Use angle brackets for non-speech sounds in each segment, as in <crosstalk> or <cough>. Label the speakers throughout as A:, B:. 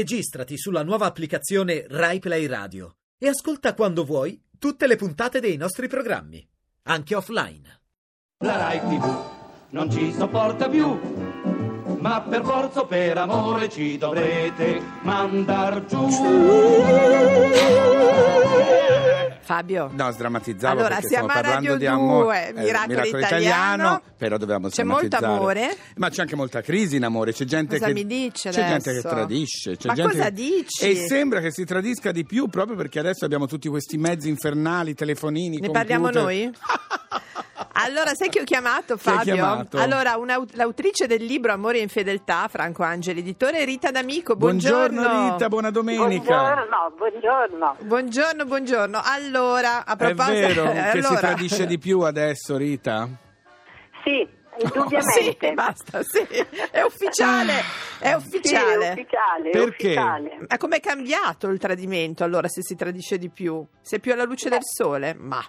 A: Registrati sulla nuova applicazione RaiPlay Radio e ascolta quando vuoi tutte le puntate dei nostri programmi, anche offline.
B: La Rai TV non ci sopporta più, ma per forza o per amore ci dovrete mandar giù.
C: Fabio.
D: No, sdrammatizzavo
C: Allora,
D: perché
C: siamo
D: stiamo
C: a
D: parlando
C: Radio
D: di amore. eh,
C: 2, Miracolo
D: italiano,
C: Italiano.
D: però dobbiamo
C: C'è molto
D: sdrammatizzare.
C: amore?
D: Ma c'è anche molta crisi in amore, c'è gente
C: Cosa
D: che
C: mi dice
D: C'è gente che
C: adesso?
D: tradisce, c'è
C: Ma
D: gente
C: cosa
D: che-
C: dici?
D: E sembra che si tradisca di più proprio perché adesso abbiamo tutti questi mezzi infernali, telefonini,
C: Ne
D: computer.
C: parliamo
D: <laughs>
C: noi? Allora, sai che ho chiamato
D: Chi hai
C: Fabio?
D: chiamato?
C: Allora, un'au- l'autrice del libro Amore e infedeltà, Franco Angeli, editore Rita D'Amico. Buongiorno.
D: Buongiorno, Rita, buona domenica.
E: Buongiorno, buongiorno.
C: Buongiorno, buongiorno. Allora, a
D: È
C: proposito
D: vero
C: <laughs>
D: che si
C: allora-
D: tradisce di più adesso, Rita?
E: Sì,
C: <laughs>
D: Oh,
C: Sì,
E: indubbiamente.
C: basta, sì. È ufficiale, è
E: Sì, è
C: ufficiale.
E: ufficiale, è
D: Perché?
E: ufficiale.
C: Ma com'è cambiato il tradimento allora se si tradisce di più? Se è più alla luce del sole? Ma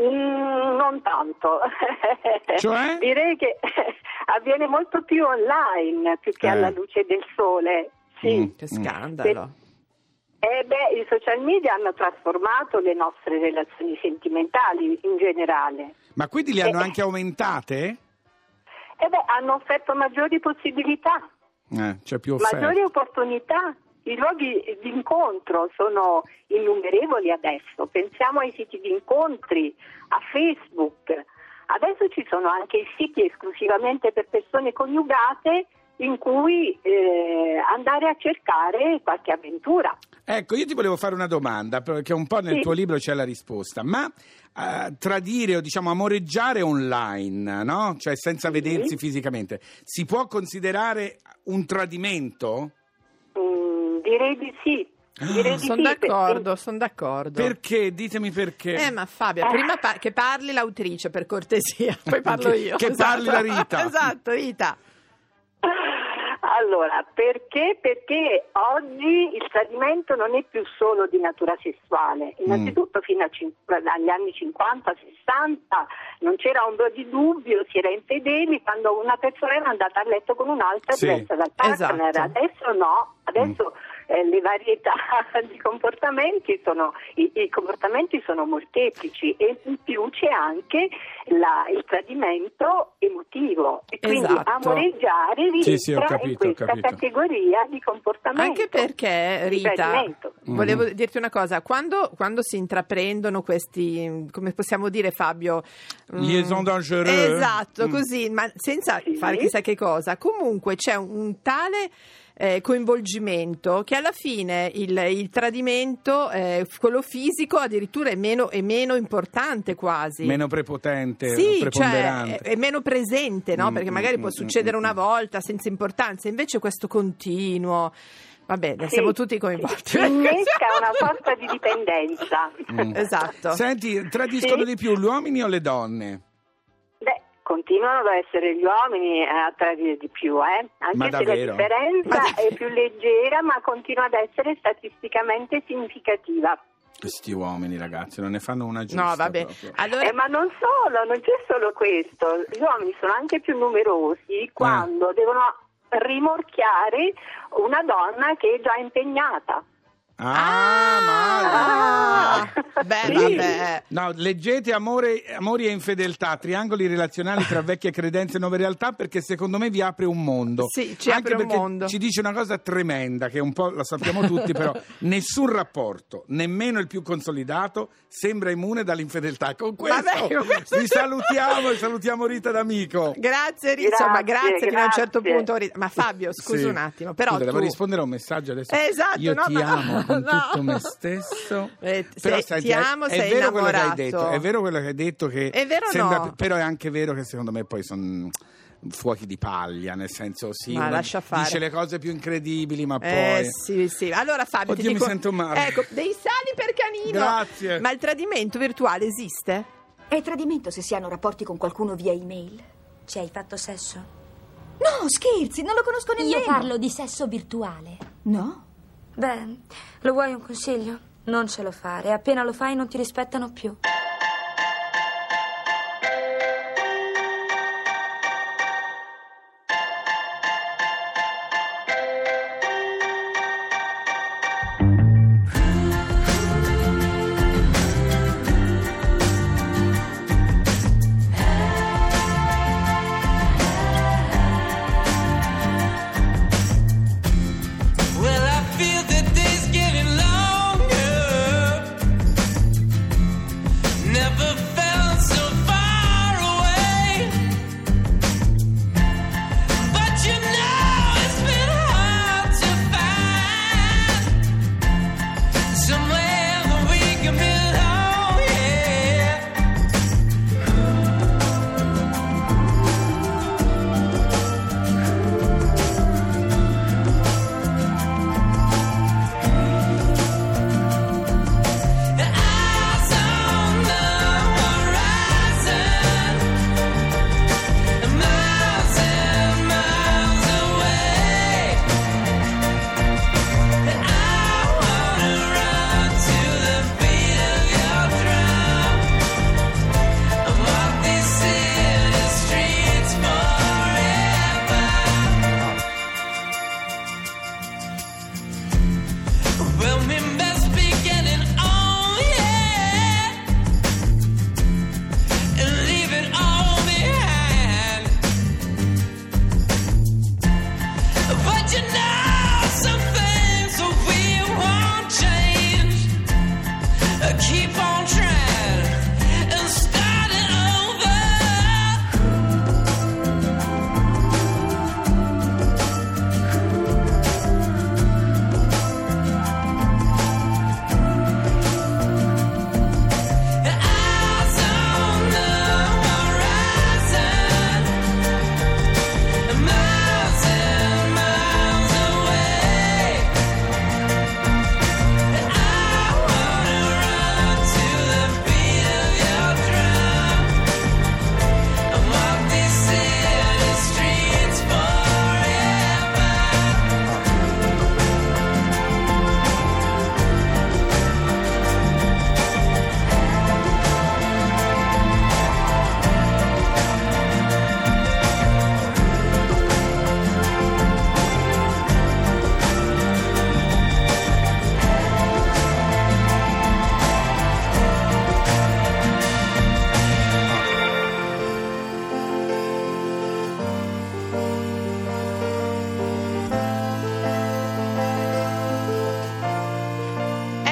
E: Mm, non tanto. Eh,
D: Cioè?
E: Direi che <laughs> avviene molto più online più che
D: Eh.
E: alla luce del sole. Sì.
D: Mm.
C: che scandalo.
E: Eh beh, i social media hanno trasformato le nostre relazioni sentimentali in generale.
D: Ma quindi le hanno
E: Eh.
D: anche aumentate?
E: E Eh beh, hanno offerto maggiori possibilità,
D: Eh, c'è più offerta.
E: maggiori opportunità. I luoghi di incontro sono innumerevoli adesso. Pensiamo ai siti di incontri, a Facebook. Adesso ci sono anche i siti esclusivamente per persone coniugate in cui eh, andare a cercare qualche avventura.
D: Ecco, io ti volevo fare una domanda, perché un po' nel
E: Sì.
D: tuo libro c'è la risposta, ma eh, tradire o diciamo amoreggiare online, no? Cioè senza vedersi fisicamente, si può considerare un tradimento?
E: Mm, direi di sì. Direi di
C: Sono
E: sì, perché-
C: Ah, d'accordo, sono d'accordo.
D: Perché? Ditemi perché.
C: Eh, ma Fabia, prima pa- che parli l'autrice per cortesia, <laughs> poi parlo
D: Che-
C: io.
D: che
C: Esatto.
D: parli la
C: <laughs>
D: Rita.
C: esatto, Rita.
E: Allora, perché? Perché oggi il tradimento non è più solo di natura sessuale. Innanzitutto fino a cin- agli anni 50, 60 non c'era ombra di dubbio, si era infedeli quando una persona era andata a letto con un'altra
D: Sì,
E: diversa dal partner.
C: esatto.
E: Adesso no, adesso eh, le varietà <laughs> di comportamenti sono, i, i comportamenti sono molteplici e in più c'è anche la- il tradimento emotivo. E quindi
C: Esatto.
E: amoreggiare
D: Sì, sì, ho
E: rientra in
D: capito, ho
E: questa
D: capito.
E: categoria di comportamento.
C: Anche perché,
E: di
C: Rita,
E: tradimento.
C: volevo
D: Mm.
C: dirti una cosa. Quando, quando si intraprendono questi, come possiamo dire, Fabio? mm,
D: Liaison dangereux.
C: Esatto,
D: Mm.
C: così, ma senza
E: Sì.
C: fare chissà che cosa. Comunque c'è un, un tale eh, coinvolgimento che alla fine il, il tradimento, eh, quello fisico, addirittura è meno, è meno importante quasi.
D: Meno prepotente,
C: Sì, cioè
D: preponderante.
C: è- è meno presente, no?
D: Mm,
C: Perché magari
D: mm,
C: può
D: mm,
C: succedere
D: mm,
C: una
D: mm.
C: volta senza importanza, invece questo continuo. Vabbè, ne
E: Sì,
C: eh, siamo tutti coinvolti.
E: sì. Innesca una sorta di dipendenza.
D: Mm.
C: <laughs> Esatto.
D: Senti, tradiscono
E: Sì.
D: di più gli uomini o le donne?
E: Beh, continuano ad essere gli uomini eh, a tradire di più, eh? anche
D: Ma
E: se
D: davvero?
E: la differenza
C: Ma davvero?
E: è più leggera, ma continua ad essere statisticamente significativa.
D: Questi uomini, ragazzi, non ne fanno una giusta.
C: No, vabbè.
D: proprio.
C: Allora,
E: Eh, ma non solo, non c'è solo questo, gli uomini sono anche più numerosi quando devono rimorchiare una donna che è già impegnata.
D: Ah, ma...
C: Ah! Beh,
E: Sì.
C: vabbè.
D: No, leggete Amore, Amori e Infedeltà, triangoli relazionali tra vecchie credenze e nuove realtà, perché secondo me vi apre un mondo.
C: Sì, ci
D: Anche
C: apre un
D: perché
C: mondo.
D: Ci dice una cosa tremenda, che un po' la sappiamo
C: <laughs>
D: tutti, però nessun rapporto, nemmeno il più consolidato, sembra immune dall'infedeltà. Con questo
C: Vabbè, con questo-
D: vi salutiamo e salutiamo Rita d'Amico.
C: Grazie, Rita. Insomma, grazie,
E: Grazie,
C: fino a un certo
E: grazie.
C: punto. Rita. Ma Fabio, scusa
D: Sì.
C: un attimo, però
D: Scusa, devo
C: tu-
D: rispondere a un messaggio adesso.
C: Esatto,
D: Io
C: no,
D: ti
C: ma-
D: amo con
C: no.
D: tutto me stesso.
C: <laughs> Eh,
D: però
C: sei-
D: senti,
C: ti
D: è-
C: amo,
D: è,
C: sei
D: vero quello che hai
C: innamorato.
D: detto, è vero quello che hai detto che
C: È vero o
D: sembra-
C: no?
D: però è anche vero che secondo me poi sono fuochi di paglia, nel senso sì,
C: Ma
D: uno
C: lascia fare.
D: dice le cose più incredibili, ma
C: Eh,
D: poi
C: sì, sì. Allora Fabio, ti
D: Oddio, mi
C: dico-
D: sento male.
C: Ecco, dei sali per canino.
D: Grazie.
C: Ma il tradimento virtuale esiste?
F: È tradimento se si hanno rapporti con qualcuno via email.
G: Ci hai fatto sesso?
F: No, scherzi, non lo conosco nemmeno.
G: Io parlo di sesso virtuale.
F: No?
G: Beh, lo vuoi un consiglio? Non ce lo fare, appena lo fai non ti rispettano più.
H: Oh,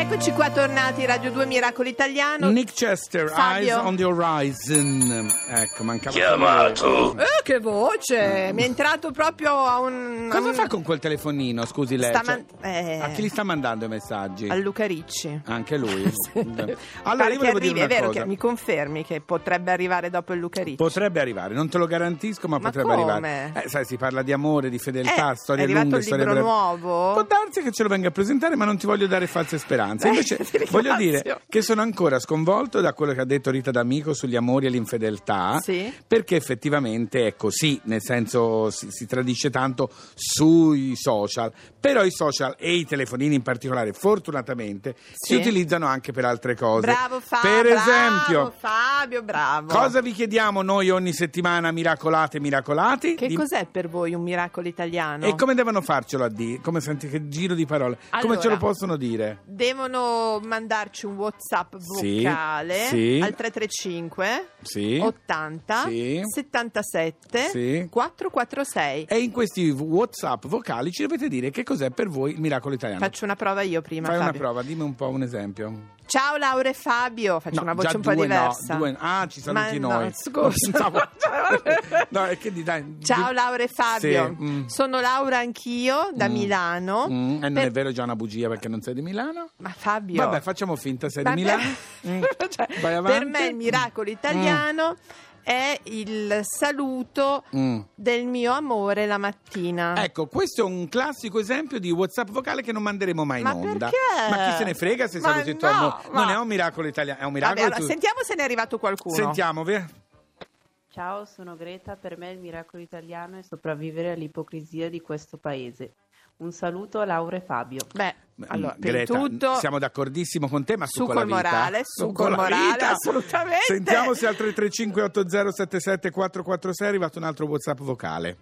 C: Eccoci qua tornati, Radio 2 Miracolo Italiano.
D: Nick Chester,
C: Fabio.
D: Eyes on the Horizon. Ecco, mancava.
I: Chiamato.
C: Eh, che voce! Mi è entrato proprio a un... a
D: Cosa
C: un-
D: fa con quel telefonino? Scusi lei.
C: Sta
D: Cioè,
C: man- eh.
D: A chi li sta mandando i messaggi?
C: A Luca Ricci. <laughs>
D: Anche lui.
C: Sì.
D: allora,
C: Pare
D: io
C: che
D: volevo
C: arrivi,
D: dire
C: è
D: una
C: vero
D: cosa.
C: che mi confermi che potrebbe arrivare dopo il Luca Ricci.
D: Potrebbe arrivare, non te lo garantisco, ma,
C: Ma
D: potrebbe
C: come?
D: arrivare. Eh, sai, si parla di amore, di fedeltà,
C: Eh,
D: storie
C: è arrivato
D: lunghe,
C: il
D: storie
C: libro
D: brevi.
C: nuovo?
D: Può darsi che ce lo venga a presentare, ma non ti voglio dare false speranze.
C: Eh,
D: Invece,
C: <laughs> ti ringrazio.
D: voglio dire che sono ancora sconvolto da quello che ha detto Rita D'Amico sugli amori e l'infedeltà.
C: Sì.
D: Perché effettivamente è così, nel senso si, si tradisce tanto sui social, però i social e i telefonini in particolare, fortunatamente,
C: Sì.
D: si utilizzano anche per altre cose.
C: Bravo Fabio,
D: Per esempio,
C: Fabio, bravo.
D: Cosa vi chiediamo noi ogni settimana, miracolate, miracolati?
C: Che
D: Di-
C: cos'è per voi un miracolo italiano?
D: E come devono farcelo a dire? Come senti che giro di parole? come
C: Allora,
D: ce lo possono dire?
C: Devono mandarci un WhatsApp
D: Sì,
C: vocale
D: sì.
C: al 335
D: Sì.
C: 80
D: Sì.
C: 77
D: Sì.
C: 446.
D: E in questi WhatsApp vocali ci dovete dire che cos'è per voi il miracolo italiano.
C: Faccio una prova io prima.
D: Fai una
C: Fabio.
D: prova, dimmi un po' un esempio.
C: Ciao Laura e Fabio. Faccio
D: No,
C: una voce
D: già
C: un po'
D: due no,
C: diversa.
D: due no. Ah, ci saluti
C: Ma
D: noi.
C: No, scusa.
D: <laughs>
C: <laughs> Cioè,
D: No, <laughs> no, è che di- dai,
C: Ciao
D: di-
C: Laura e Fabio.
D: Sì, mm.
C: Sono Laura anch'io da
D: Mm.
C: Milano.
D: Mm, e non
C: Per-
D: è vero, è già una bugia perché non sei di Milano.
C: Ma Fabio.
D: Vabbè, facciamo finta, sei
C: Ma
D: di
C: per-
D: Milano. Mm.
C: <laughs> Cioè,
D: Vai avanti. Mm.
C: per me il miracolo italiano è il saluto
D: Mm.
C: del mio amore la mattina.
D: Ecco, questo è un classico esempio di WhatsApp vocale che non manderemo mai
C: Ma
D: in onda.
C: perché?
D: Ma chi se ne frega se
C: Ma
D: saluti il tuo
C: no,
D: amore?
C: ma-
D: Non è un miracolo italiano, è un
C: Vabbè,
D: miracolo.
C: allora,
D: tu-
C: sentiamo se ne è arrivato qualcuno.
D: Sentiamo, via.
J: Ciao, sono Greta. Per me il miracolo italiano è sopravvivere all'ipocrisia di questo paese. Un saluto a Laura e Fabio.
C: Beh, allora,
D: Mm, Greta,
C: prima di tutto
D: siamo d'accordissimo con te, ma su,
C: su
D: con la
C: col
D: vita. eh?
C: morale, su col
D: la
C: morale,
D: vita.
C: assolutamente.
D: Sentiamo se al 335-8077-446 è arrivato un altro WhatsApp vocale.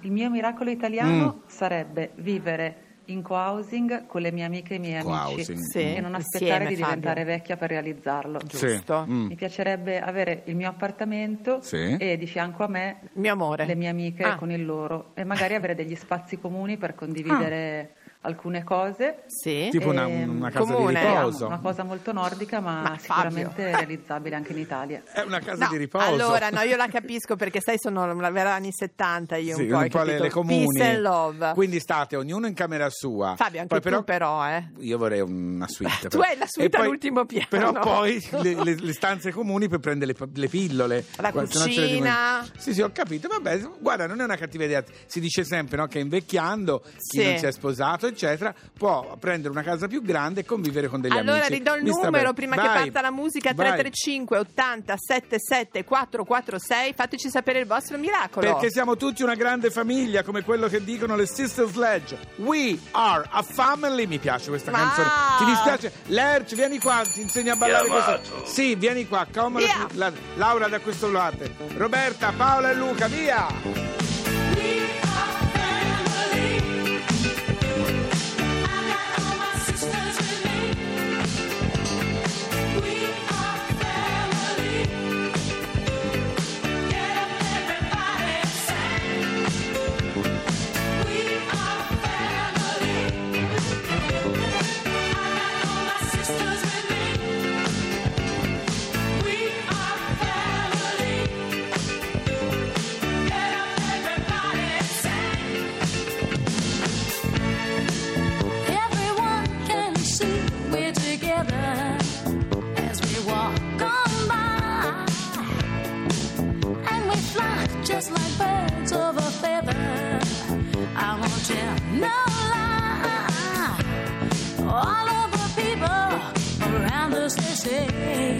K: Il mio miracolo italiano sarebbe vivere in co-housing con le mie amiche e i miei
D: Co-housing.
K: amici
C: Sì,
K: e non
C: insieme,
K: aspettare di diventare
C: Fabio.
K: vecchia per realizzarlo.
C: Giusto.
D: Sì. mm.
K: Mi piacerebbe avere il mio appartamento
D: Sì.
K: e di fianco a me
C: Mio amore.
K: le mie amiche
C: Ah.
K: con il loro e magari avere degli spazi comuni per condividere
C: Ah.
K: alcune cose.
C: Sì.
D: Tipo una,
K: Ehm,
D: una casa
C: comune. diciamo.
D: di riposo.
K: Una cosa molto nordica ma,
C: Ma Fabio.
K: sicuramente realizzabile anche in Italia.
D: È una casa
C: No,
D: di riposo.
C: Allora, no, io la capisco perché sai, sono la vera anni 70 io
D: Sì,
C: un po', hai
D: le,
C: capito?
D: le comuni.
C: Peace and love.
D: Quindi state ognuno in camera sua.
C: Fabio, anche
D: Poi
C: tu però, eh.
D: Io vorrei una suite.
C: <laughs> Tu
D: però.
C: hai la suite
D: E poi-
C: all'ultimo piano.
D: Però poi le, le- le stanze comuni per prendere le, le pillole.
C: La
D: Guarda, se no ce le
C: cucina.
D: dimentico. Sì, sì, ho capito. Vabbè, guarda, non è una cattiva idea. Si dice sempre no, che invecchiando chi
C: Sì.
D: non si è sposato, eccetera, può prendere una casa più grande e convivere con degli
C: allora
D: amici.
C: ridò il
D: Mi sta
C: numero
D: bene.
C: prima che
D: Vai,
C: parta la musica
D: vai.
C: 335 80 77 446 fateci sapere il vostro miracolo
D: Perché siamo tutti una grande famiglia, come quello che dicono le Sister Sledge. We are a family. Mi piace questa
C: Ma-
D: canzone. Ti dispiace? Lerch, vieni qua, ti insegno a ballare
I: Chiamato.
D: questo. Sì, vieni qua, comoda
C: Via.
D: la- Laura da questo lato. Roberta, Paola e Luca, via!
H: Everyone can see we're together as we walk on by. And we fly just like birds of a feather. I won't tell no lie. All of the people around us, they say, Oh,